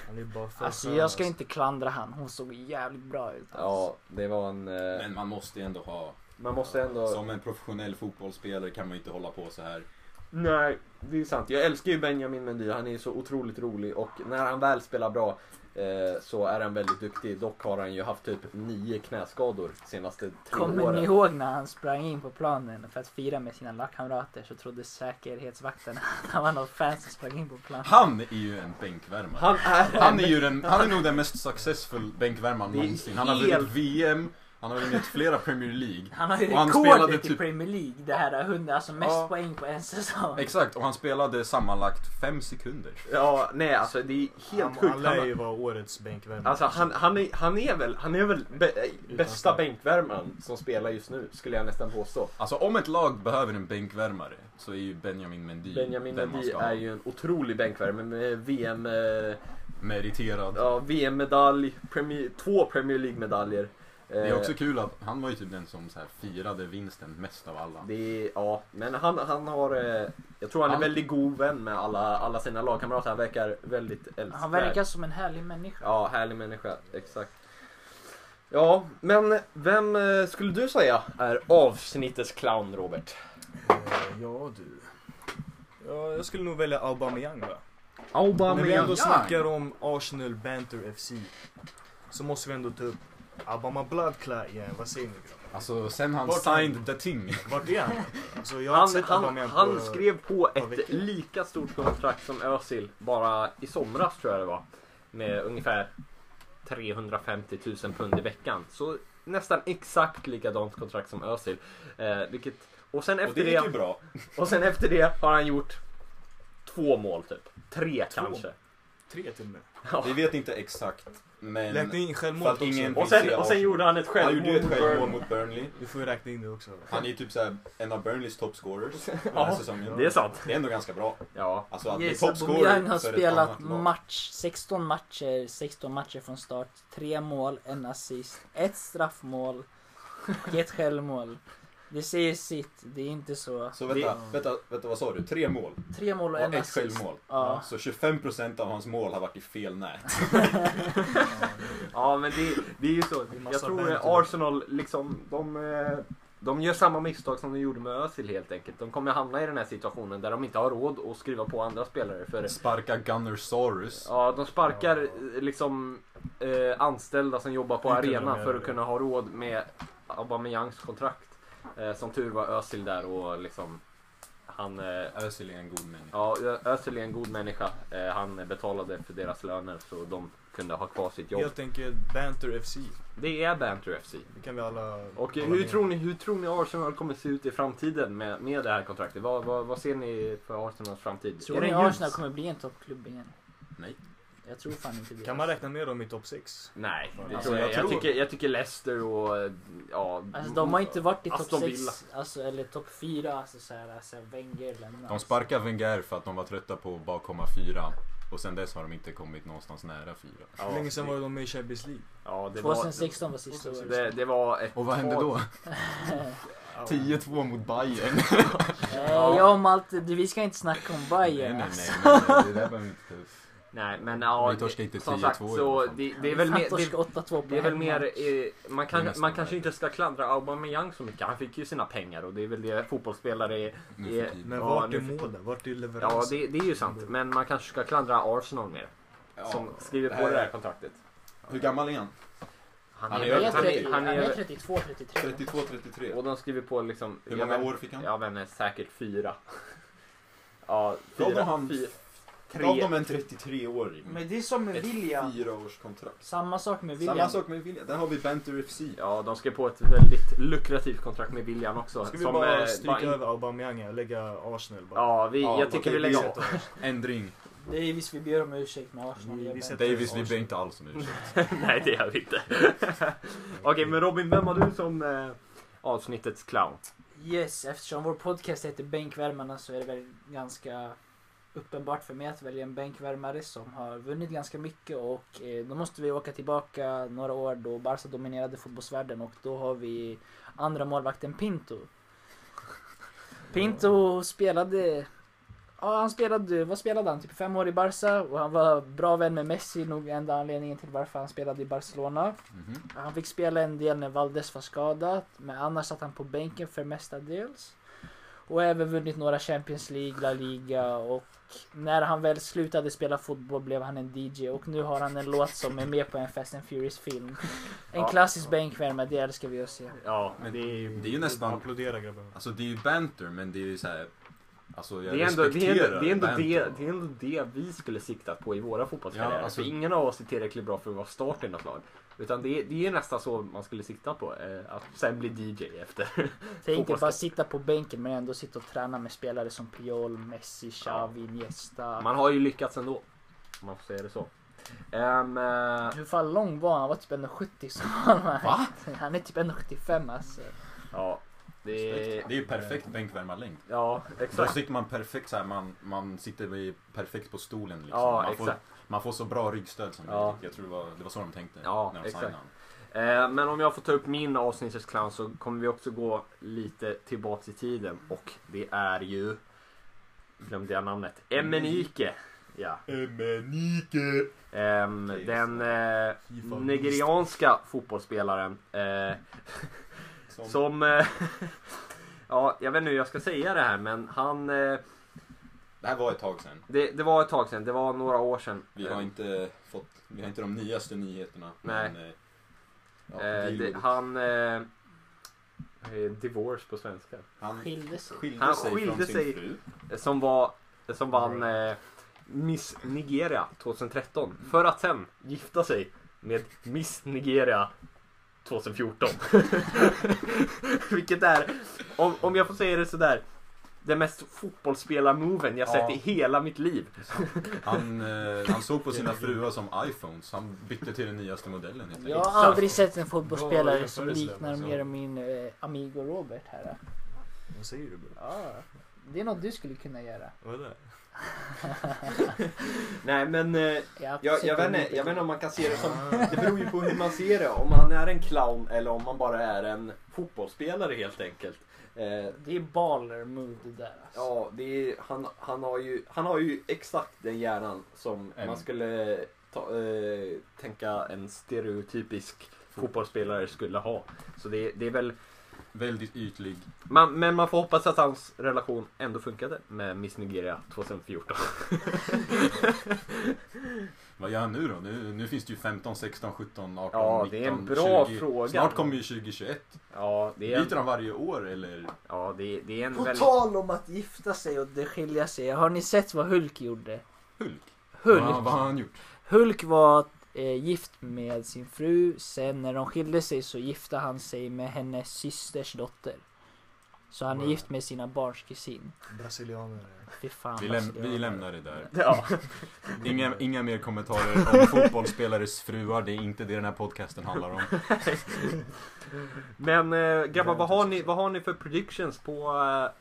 S3: Han är bara för
S4: Alltså
S3: skön,
S4: jag ska inte klandra han. Hon såg jävligt bra ut. Alltså.
S1: Ja, det var en... eh,
S2: Men man måste ju ändå ha...
S1: Man måste ändå...
S2: Som en professionell fotbollsspelare kan man ju inte hålla på så här.
S1: Nej, det är sant. Jag älskar ju Benjamin Mendy. Han är så otroligt rolig och när han väl spelar bra eh, så är han väldigt duktig. Dock har han ju haft typ nio knäskador senaste tre
S4: Kommer
S1: åren.
S4: ni ihåg när han sprang in på planen för att fira med sina lagkamrater så trodde säkerhetsvakten [laughs] att han var någon fan som sprang in på planen.
S2: Han är ju en bänkvärmare.
S1: Han är...
S2: Han är ju den, han är nog den mest successful bänkvärmaren
S1: Det är
S2: någonsin. Han har
S1: helt-
S2: vunnit VM, han har vunnit flera Premier League.
S4: Han har ju
S2: Och han spelade
S4: rekordet i
S2: typ-
S4: Premier League. Det här 100, alltså mest
S2: Ja.
S4: poäng på en säsong.
S2: Exakt, och han spelade sammanlagt fem sekunder.
S1: Ja, nej alltså det är helt
S3: han,
S1: sjukt.
S3: Han
S1: Han,
S3: lär ju vara årets bänkvärmare.
S1: alltså han, han, är, han är väl, han är väl bä- äh, bästa
S3: snack.
S1: bänkvärmaren som spelar just nu, skulle jag nästan påstå.
S2: Alltså om ett lag behöver en bänkvärmare så är ju Benjamin Mendy
S1: Benjamin
S2: den man
S1: Mendy
S2: ska
S1: är
S2: ha.
S1: ju en otrolig bänkvärmare med VM... Eh,
S2: Meriterad.
S1: Ja, VM-medalj, Premier, två Premier League-medaljer.
S4: Eh,
S1: Eh,
S2: Det är också kul att han var ju typ den som så här firade vinsten mest av alla.
S1: Det är, ja, men han, han har, eh, jag tror han är
S2: Han-
S1: väldigt god vän med alla, alla sina lagkamrater. Han verkar väldigt älskvärd.
S4: Han verkar som en härlig människa.
S1: Ja, härlig människa, exakt. Ja, men vem eh, skulle du säga är avsnittets clown, Robert?
S3: Eh, Ja du. Ja, jag skulle nog välja Aubameyang va? När vi ändå
S2: Aubameyang.
S3: snackar om Arsenal Banter FC så måste vi ändå ta upp Abama Bloodcla igen. Vad säger ni grabbar?
S2: Alltså sen han
S3: Vart-
S2: signed the [laughs] ting.
S3: Vart är han? Alltså, jag har inte
S1: Han,
S3: sett
S1: han,
S3: Aubameyang
S1: han
S3: på-
S1: skrev på
S3: par
S1: ett
S3: veckor.
S1: lika stort kontrakt som Özil bara i somras tror jag det var. Med ungefär 350 000 pund i veckan. Så nästan exakt likadant kontrakt som Özil. Eh, vilket, och, sen
S2: Och det
S1: efter
S2: gick
S1: det, typ-
S2: ju bra.
S1: och sen efter det har han gjort två mål typ. Tre
S3: Två?
S1: kanske.
S3: Tre till och med.
S2: Vi vet inte exakt, men...
S3: Räkna in
S2: För
S3: självmål
S2: att ingen-
S3: också.
S1: Och sen, och sen gjorde han ett
S2: Han gjorde ju
S1: självmål.
S2: ett
S1: mot
S2: självmål
S1: Burnley.
S2: mot Burnley.
S3: Du får ju räkna in det också. va?
S2: Han är ju typ såhär en av Burnleys
S4: [laughs]
S2: topscorers den här
S1: Ja,
S2: säsongen.
S1: Det är sant.
S2: Det är ändå ganska bra.
S1: Ja.
S2: Alltså att bli
S4: Yes,
S2: toppscorer
S4: Aubameyang har
S2: för ett
S4: spelat
S2: annat lag.
S4: match, 16 matcher, 16 matcher från start, tre mål, en assist, ett straffmål, och ett självmål. Det säger sitt, det är inte så.
S2: Så vänta, vänta, vänta, vad sa du? Tre mål
S4: Tre mål och
S2: och
S4: en
S2: ett
S4: assist.
S2: självmål.
S4: Ja.
S2: Så 25% av hans mål har varit i fel nät.
S1: Ja men det, det är ju så.
S3: Det är massa typ.
S1: Jag tror
S3: pengar.
S1: eh, Arsenal liksom, de, eh, de gör samma misstag som de gjorde med Özil helt enkelt. De kommer hamna i den här situationen där de inte har råd att skriva på andra spelare. För
S2: Sparka Gunnersaurus.
S1: ja, de sparkar eh, liksom eh, anställda som jobbar på
S3: Inte när de
S1: arenan
S3: gör
S1: för att
S3: det.
S1: kunna ha råd med Aubameyangs kontrakt. Eh, som tur var Özil där och liksom han eh,
S2: Özil är en god människa.
S1: Ja, Ö- Özil är en god människa. Eh, han betalade för deras löner så de kunde ha kvar sitt jobb.
S3: Helt enkelt Banter FC.
S1: Det är Banter FC.
S3: Det kan vi alla...
S1: Och
S3: hålla
S1: hur
S3: med.
S1: tror, ni, hur tror ni Arsenal kommer se ut i framtiden med, med det här kontraktet? Vad, vad, vad ser ni för Arsenals framtid?
S4: Tror ni
S1: den ljus?
S4: Arsenal kommer bli en toppklubb igen?
S2: Nej.
S4: Jag tror fan inte det.
S3: Kan man räkna med dem i topp 6?
S1: Nej, det
S3: Alltså,
S1: tror jag,
S2: jag
S1: jag,
S2: tror-
S1: tycker, jag tycker Leicester och... eh, Ja,
S4: Alltså de har inte varit i
S1: Aston
S4: topp
S1: Villa.
S4: 6, alltså, eller topp 4, alltså såhär, alltså, Wenger lämnar.
S2: De sparkar Wenger för att de var trötta på att bara komma fyra. Och sen dess har de inte kommit någonstans nära fyra.
S1: Ja,
S3: Hur länge sedan
S1: det-
S3: var de med i Champions League?
S1: Ja, det var...
S4: 2016 var sista året.
S1: Det, det var ett
S2: Och vad hände
S1: tag-
S4: [laughs]
S2: då? 10-2 mot Bayern.
S4: Eh, Jag och Malte, du, vi ska inte snacka om Bayern. alltså.
S2: Det där behöver vi inte ta upp.
S1: Nej, men ja...
S2: Vi torskade inte
S1: som
S2: 10-2
S1: sagt,
S2: i alla
S1: så
S2: fall.
S1: det, det är väl
S4: Fan,
S1: mer... Det,
S4: torska 8-2 på
S1: Det är väl
S4: hemma.
S1: mer, eh, man,
S2: Det är
S1: kan,
S2: nästan
S1: man kanske
S2: värre.
S1: inte ska klandra Aubameyang så mycket. Han fick ju sina pengar och det är väl det fotbollsspelare är.
S2: Nu
S1: Ja,
S2: för tiden.
S3: Men
S1: Ja,
S3: vart
S1: nu
S3: är
S1: för tiden.
S3: målen? Vart är leveransen?
S1: Ja, det, det är ju sant.
S2: Mm.
S1: Men man kanske ska klandra Arsenal mer. Som skriver på det här kontraktet.
S2: Hur gammal är han?
S1: Han
S2: Han
S1: är,
S2: är
S1: han är,
S2: över
S1: han
S2: 30.
S1: är,
S4: Han är 32, 33.
S2: 32, 33.
S1: och de skriver på liksom...
S2: Hur
S1: jag
S2: många
S1: vet-
S2: år fick han?
S1: Jag vet inte, säkert fyra. [laughs] Ja,
S2: Gav
S1: fyra.
S2: de han-
S1: fyra
S2: Gav
S1: tre.
S2: dem en 33-åring.
S4: Men det är som med
S2: Ett
S4: William.
S2: fyraårskontrakt.
S4: Samma sak med William.
S2: Samma sak med William. Där har vi Banter FC.
S1: Ja, de skrev på ett väldigt lukrativt kontrakt med William också.
S3: Ska vi
S1: som, eh,
S3: bara stryka
S1: bara in-
S3: över Aubameyang här och lägga Arsenal bara?
S1: Ja, vi,
S2: Ja,
S1: jag tycker
S2: okej,
S1: vi lägger
S2: Ändring.
S4: Davis, vi ber om ursäkt med Arsenal.
S3: Vi-
S4: Jag
S3: vi
S4: vet.
S3: sätter-
S2: Davis, vi ber inte alls om ursäkt.
S1: [laughs] Nej, det gör vi inte. Okej, men Robin, vem har du som eh, avsnittets clown?
S4: Yes, eftersom vår podcast heter Bänkvärmarna så är det väl ganska uppenbart för mig att välja en bänkvärmare som har vunnit ganska mycket och eh, då måste vi åka tillbaka några år då Barca dominerade fotbollsvärlden och då har vi andra målvakten Pinto. Pinto spelade Ja, han spelade, vad spelade han? Typ fem år i Barca och han var bra vän med Messi, nog enda anledningen till varför han spelade i Barcelona.
S2: Mhm.
S4: Han fick spela en del när Valdes var skadad, men annars satt han på bänken för mestadels. Och även vunnit några Champions League, La Liga och när han väl slutade spela fotboll blev han en DJ och nu har han en låt som är med på en Fast and Furious film. En
S1: Ja.
S4: klassisk bänkvärmare, det älskar vi att se.
S1: Ja,
S2: Men
S1: det är
S2: Det är ju nästan,
S3: Applådera grabben.
S2: alltså det är ju banter men det är ju såhär, alltså jag
S1: det är, ändå, det, är ändå,
S2: respekterar
S1: det, är ändå det,
S2: banter.
S1: det är ändå det vi skulle siktat på i våra fotbollskarriärer.
S2: Ja, alltså-
S1: för ingen av oss är tillräckligt bra för att vara start i något lag. Utan det, är- det är nästan så man skulle sikta på. Eh, att sen bli DJ efter. [laughs]
S4: Tänk dig
S1: Fotbollskamp.
S4: bara sitta på bänken men ändå sitta och träna med spelare som Piol, Messi, Xavi, Iniesta.
S1: Man har ju lyckats ändå. Om man får säga det så. Ehm, eh,
S4: Hur fan lång var han? Han var typ 1,70 så han Va? Han är typ 1,75 alltså.
S1: ja, det är...
S2: Det är ju perfekt bänkvärmarlängd.
S1: Ja,
S2: Då
S1: exakt.
S2: sitter man perfekt så här, man, man sitter i- perfekt på stolen liksom.
S1: Ja,
S2: man, får,
S1: exakt.
S2: man får så bra ryggstöd som
S1: Ja.
S2: möjligt. Jag tror det var, det var så de tänkte
S1: Ja,
S2: när de
S1: exakt.
S2: signade honom.
S1: Eh, men om jag får ta upp min avsnittets clown så kommer vi också gå lite tillbaks i tiden. Och det är ju... Glömde jag namnet. Emenike. Ja.
S2: Emenike!
S1: Ehm,
S2: Okej,
S1: den eh, nigerianska fotbollsspelaren. Eh,
S2: Som,
S1: som... Eh, [laughs] ja, jag vet inte hur jag ska säga det här men han... Eh,
S2: Det här var ett tag sedan.
S1: det, det var ett tag sedan, det var några år sedan.
S2: Vi har inte fått, vi har inte de nyaste nyheterna.
S1: Eh. Nej.
S2: Men, eh, ja, det
S1: Eh,
S2: är
S1: det,
S2: ju-
S1: han... Eh, eh, divorce på svenska.
S2: han
S4: Skilde sig.
S2: skilde
S1: han
S2: sig
S1: skilde
S2: från
S1: sig-
S2: sin fru.
S1: Som var... Som vann eh, Miss Nigeria 2013. För att sen gifta sig med Miss Nigeria 2014. [laughs] Vilket är, om, om jag får säga det sådär. Den mest fotbollsspelar-moven jag sett
S2: Ja.
S1: i hela mitt liv.
S2: Han, eh, han såg på sina fruar som iPhones. Han bytte till den nyaste modellen helt
S4: Jag
S2: enkelt.
S4: har aldrig sett en fotbollsspelare
S3: Ja,
S4: som
S3: jag
S4: liknar
S3: föreställer mig
S4: mer min eh, amigo Robert här.
S3: Vad säger du bror?
S4: Ja, det är något du skulle kunna göra.
S3: Vad är det?
S1: Nej men eh,
S4: Jag, har
S1: jag,
S4: sett
S1: jag, vet
S4: honom
S1: inte,
S4: på-
S1: jag vet inte om man kan se det som... Det beror ju på hur man ser det. Om han är en clown eller om man bara är en fotbollsspelare helt enkelt. Eh,
S4: Det är baller mood det där. Alltså.
S5: Ja, det är, han, han, har ju, han har ju exakt den hjärnan som
S2: Mm.
S5: man skulle ta, eh, tänka en...
S1: en stereotypisk fotbollsspelare skulle ha. Så det, det är väl...
S2: Väldigt ytlig.
S1: Man, men man får hoppas att hans relation ändå funkade med Miss Nigeria 2014.
S2: Vad gör han nu då? Nu, nu finns det ju 15, 16, 17, 18,
S1: Ja,
S2: 19,
S1: det är en bra
S2: 20.
S1: fråga.
S2: Snart kommer ju 2021.
S1: Ja, det är
S2: Byter
S1: en,
S2: han varje år eller?
S1: ja, det, det är en
S4: På
S1: väldigt...
S4: tal om att gifta sig och det skilja sig. Har ni sett vad Hulk gjorde?
S2: Hulk?
S4: Hulk,
S2: Vad, vad har han gjort?
S4: Hulk var eh, gift med sin fru. Sen när de skilde sig så gifte han sig med hennes systers dotter. Så han är
S3: Wow.
S4: gift med sina barns kusin.
S3: Brasilianer.
S4: Fy fan alltså,
S2: Vi,
S4: vad
S2: läm
S4: skulle
S2: vi
S4: jag-
S2: lämnar det där.
S1: Ja,
S2: Inga, inga
S1: [laughs]
S2: mer kommentarer om fotbollsspelares fruar. Det är inte det den här podcasten handlar om.
S1: men äh, grabbar, vad har, ni, vad har ni för predictions på, eh,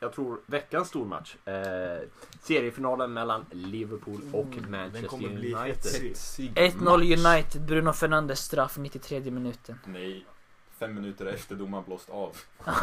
S1: jag tror, veckans stormatch? Eh, seriefinalen mellan Liverpool och
S4: Mm,
S1: Manchester
S3: kommer bli
S1: United.
S3: hetsig.
S4: 1-0 United, Bruno Fernandes straff 93 minuten.
S2: Nej, fem minuter efter domaren blåst av.
S3: Nej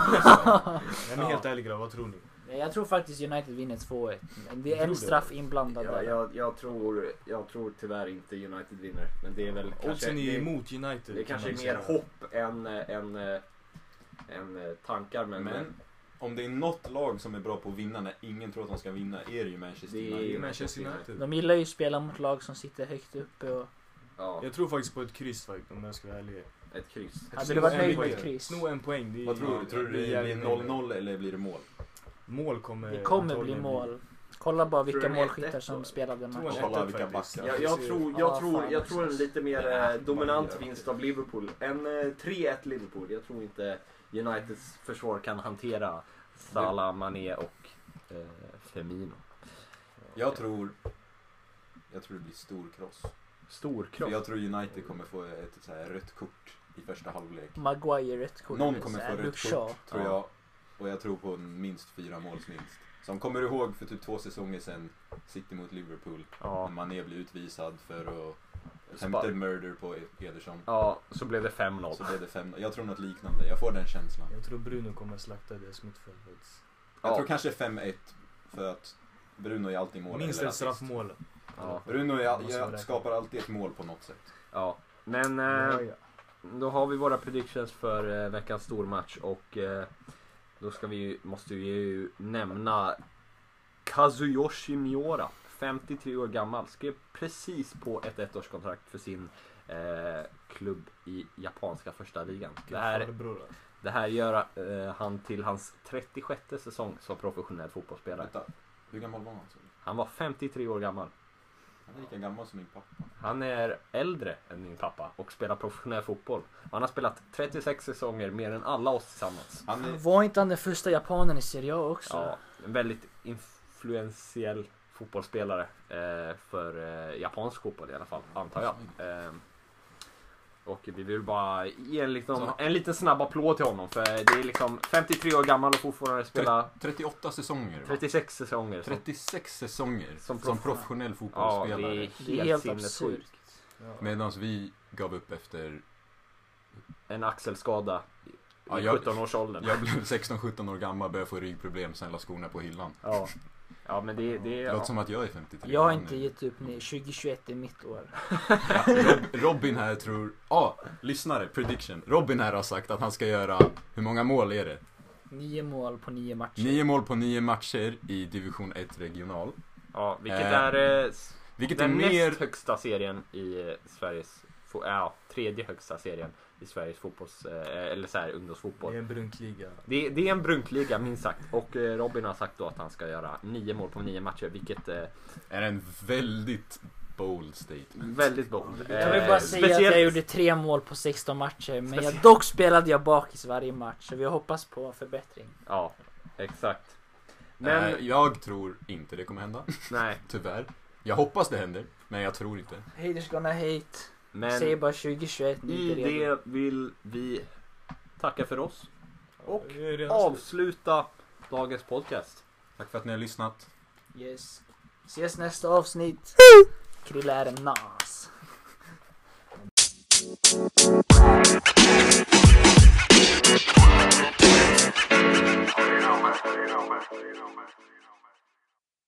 S3: men helt ärligt grabbar, vad tror ni?
S4: Jag tror faktiskt United vinner 2-1. Det är
S3: Tror
S4: en
S3: du?
S4: straff inblandad
S5: Ja,
S4: där.
S5: jag, jag, tror, jag tror tyvärr inte United vinner, men det är väl kanske...
S3: Oddsen är
S5: det-
S3: emot United.
S5: Det
S3: kan
S5: kanske är
S3: man
S5: mer
S3: säga.
S5: hopp än, eh, än, eh, än eh, tankar men,
S2: Men om det är något lag som är bra på att vinna när ingen tror att de ska vinna är det ju Manchester
S5: Det är-
S2: United.
S3: Manchester United.
S4: De gillar ju att spela mot lag som sitter högt uppe och...
S5: ja,
S3: Jag tror faktiskt på ett kryss faktiskt om jag ska vara ärlig.
S5: ett kryss.
S4: Hade
S3: Sno
S4: du varit
S3: en
S4: nöjd med
S3: poäng.
S4: ett kryss?
S3: Sno en poäng. Det är,
S2: Vad tror du? Tror du det blir 0-0 eller blir det mål?
S3: Mål kommer
S4: Det kommer bli
S3: antagligen
S4: mål. Kolla bara vilka
S5: Tror du det är
S4: målskyttar
S5: ett
S4: som
S5: ett
S4: spelade
S3: Tror
S4: matchen.
S3: en
S2: Kolla
S3: etta
S2: vilka
S3: faktiskt.
S2: backar.
S5: Jag, jag, tror,
S4: Alltså, Ja,
S5: jag, tror,
S4: fan,
S5: jag tror en lite mer
S2: Ja,
S5: eh, dominant
S2: man gör.
S5: vinst av Liverpool. En eh, 3-1 Liverpool. Jag tror inte Uniteds försvar kan hantera.
S1: Salah, Mané och eh, Femino.
S2: Jag tror Jag tror det blir stor kross.
S1: Stor
S2: För
S1: kropp.
S2: jag tror United kommer få ett så här rött kort i första halvlek.
S4: Maguire rött kort.
S2: Någon kommer
S4: Så här,
S2: få rött
S4: Luke
S2: kort,
S4: Shaw.
S2: tror
S1: Ja.
S2: jag. Och jag tror på en minst fyra målsminst. Som kommer du ihåg för typ två säsonger sedan, City mot Liverpool. När
S1: Ja.
S2: Mané blev utvisad för att
S1: Spark.
S2: attempted murder på Ederson.
S1: ja, så blev det 5-0.
S2: Så blev det fem. Jag tror något liknande, jag får den känslan.
S3: Jag tror Bruno kommer slakta deras mittfält.
S2: Jag
S1: Ja.
S2: tror kanske 5-1 för att Bruno är alltid mål.
S3: Minst
S2: eller
S3: ett
S2: assist.
S3: straffmål.
S1: Ja.
S2: Bruno är,
S3: Måste
S2: jag
S3: räkna.
S2: skapar alltid ett mål på något sätt.
S1: ja. Men eh, då har vi våra predictions för eh, veckans stormatch och eh, då ska vi, ju- måste vi ju nämna Kazuyoshi Miura. 53 år gammal. Skrev precis på ett ettårskontrakt för sin eh, klubb i japanska första ligan. Det här
S3: Farbror.
S1: Det här gör eh, han till hans 36 säsong som professionell fotbollsspelare.
S2: Vänta, hur gammal var han? sa du?
S1: Han var 53 år gammal.
S2: Han är lika gammal som min pappa.
S1: Han är äldre än min pappa och spelar professionell fotboll. Och han har spelat 36 säsonger mer än alla oss tillsammans.
S2: Han är,
S4: Var inte han den första japanen i Serie A också?
S1: Ja, en väldigt influentiell fotbollsspelare eh, för eh, japansk fotboll i alla fall, antar jag.
S2: Mm.
S1: Eh, och vi vill bara ge en, liksom,
S2: Så.
S1: en liten snabb applåd till honom för det är liksom 53 år gammal och fortfarande spelar
S2: 38 säsonger va?
S1: 36 säsonger. som
S2: 36 säsonger
S1: Som
S2: som,
S1: proff-
S2: professionell
S1: Ja, det
S2: fotbollsspelare.
S1: är
S4: Det är
S1: helt,
S4: helt
S1: sinnessjukt.
S4: absurt.
S3: Ja.
S2: Medan vi gav upp efter...
S1: En axelskada i
S2: Ja, jag-
S1: 17-årsåldern. Ja.
S2: Jag blev 16-17 år gammal, började få ryggproblem, sen la skorna på hyllan.
S1: Ja. men det, det
S2: Det
S1: ja.
S2: låter som att jag är 53.
S4: Jag har
S2: Han
S4: inte
S2: är-
S4: gett upp nu. 2021 är mitt år.
S2: Ja, Rob, Robin här tror... Ja, ah, lyssnare, prediction. Robin här har sagt att han ska göra... Hur många mål är det?
S4: Nio mål på nio matcher.
S2: Nio mål på nio matcher i division 1 regional.
S1: ja, vilket
S2: Eh,
S1: är eh, s-
S2: Vilket
S1: den
S2: är mer...
S1: näst högsta serien i eh, Sveriges, fo- ja, tredje högsta serien i Sveriges fotbolls, eh, eller så här,
S3: Det är
S1: ungdomsfotboll.
S3: en brunkliga.
S1: Det, det är en brunkliga minst sagt och eh, Robin har sagt då att han ska göra nio mål på nio matcher vilket eh,
S2: Är en väldigt bold statement.
S1: väldigt Eh, bold.
S4: Jag vill bara säga att jag gjorde tre mål på 16 matcher. Men jag,
S1: Speciellt-
S4: dock spelade jag bakis varje match. Så vi hoppas på förbättring.
S1: Ja, exakt. Men,
S2: Men... Eh, Jag tror inte det kommer hända,
S1: nej.
S2: tyvärr. Jag hoppas det händer, men jag tror inte.
S4: Haters gonna hate.
S1: Men,
S4: Säger bara 2021, ni är
S1: I
S4: inte redo.
S1: det vill vi tacka för oss och
S3: Det är redan slut.
S1: avsluta dagens podcast.
S2: Tack för att ni har lyssnat.
S4: Yes. Ses nästa avsnitt. Krille är en nas.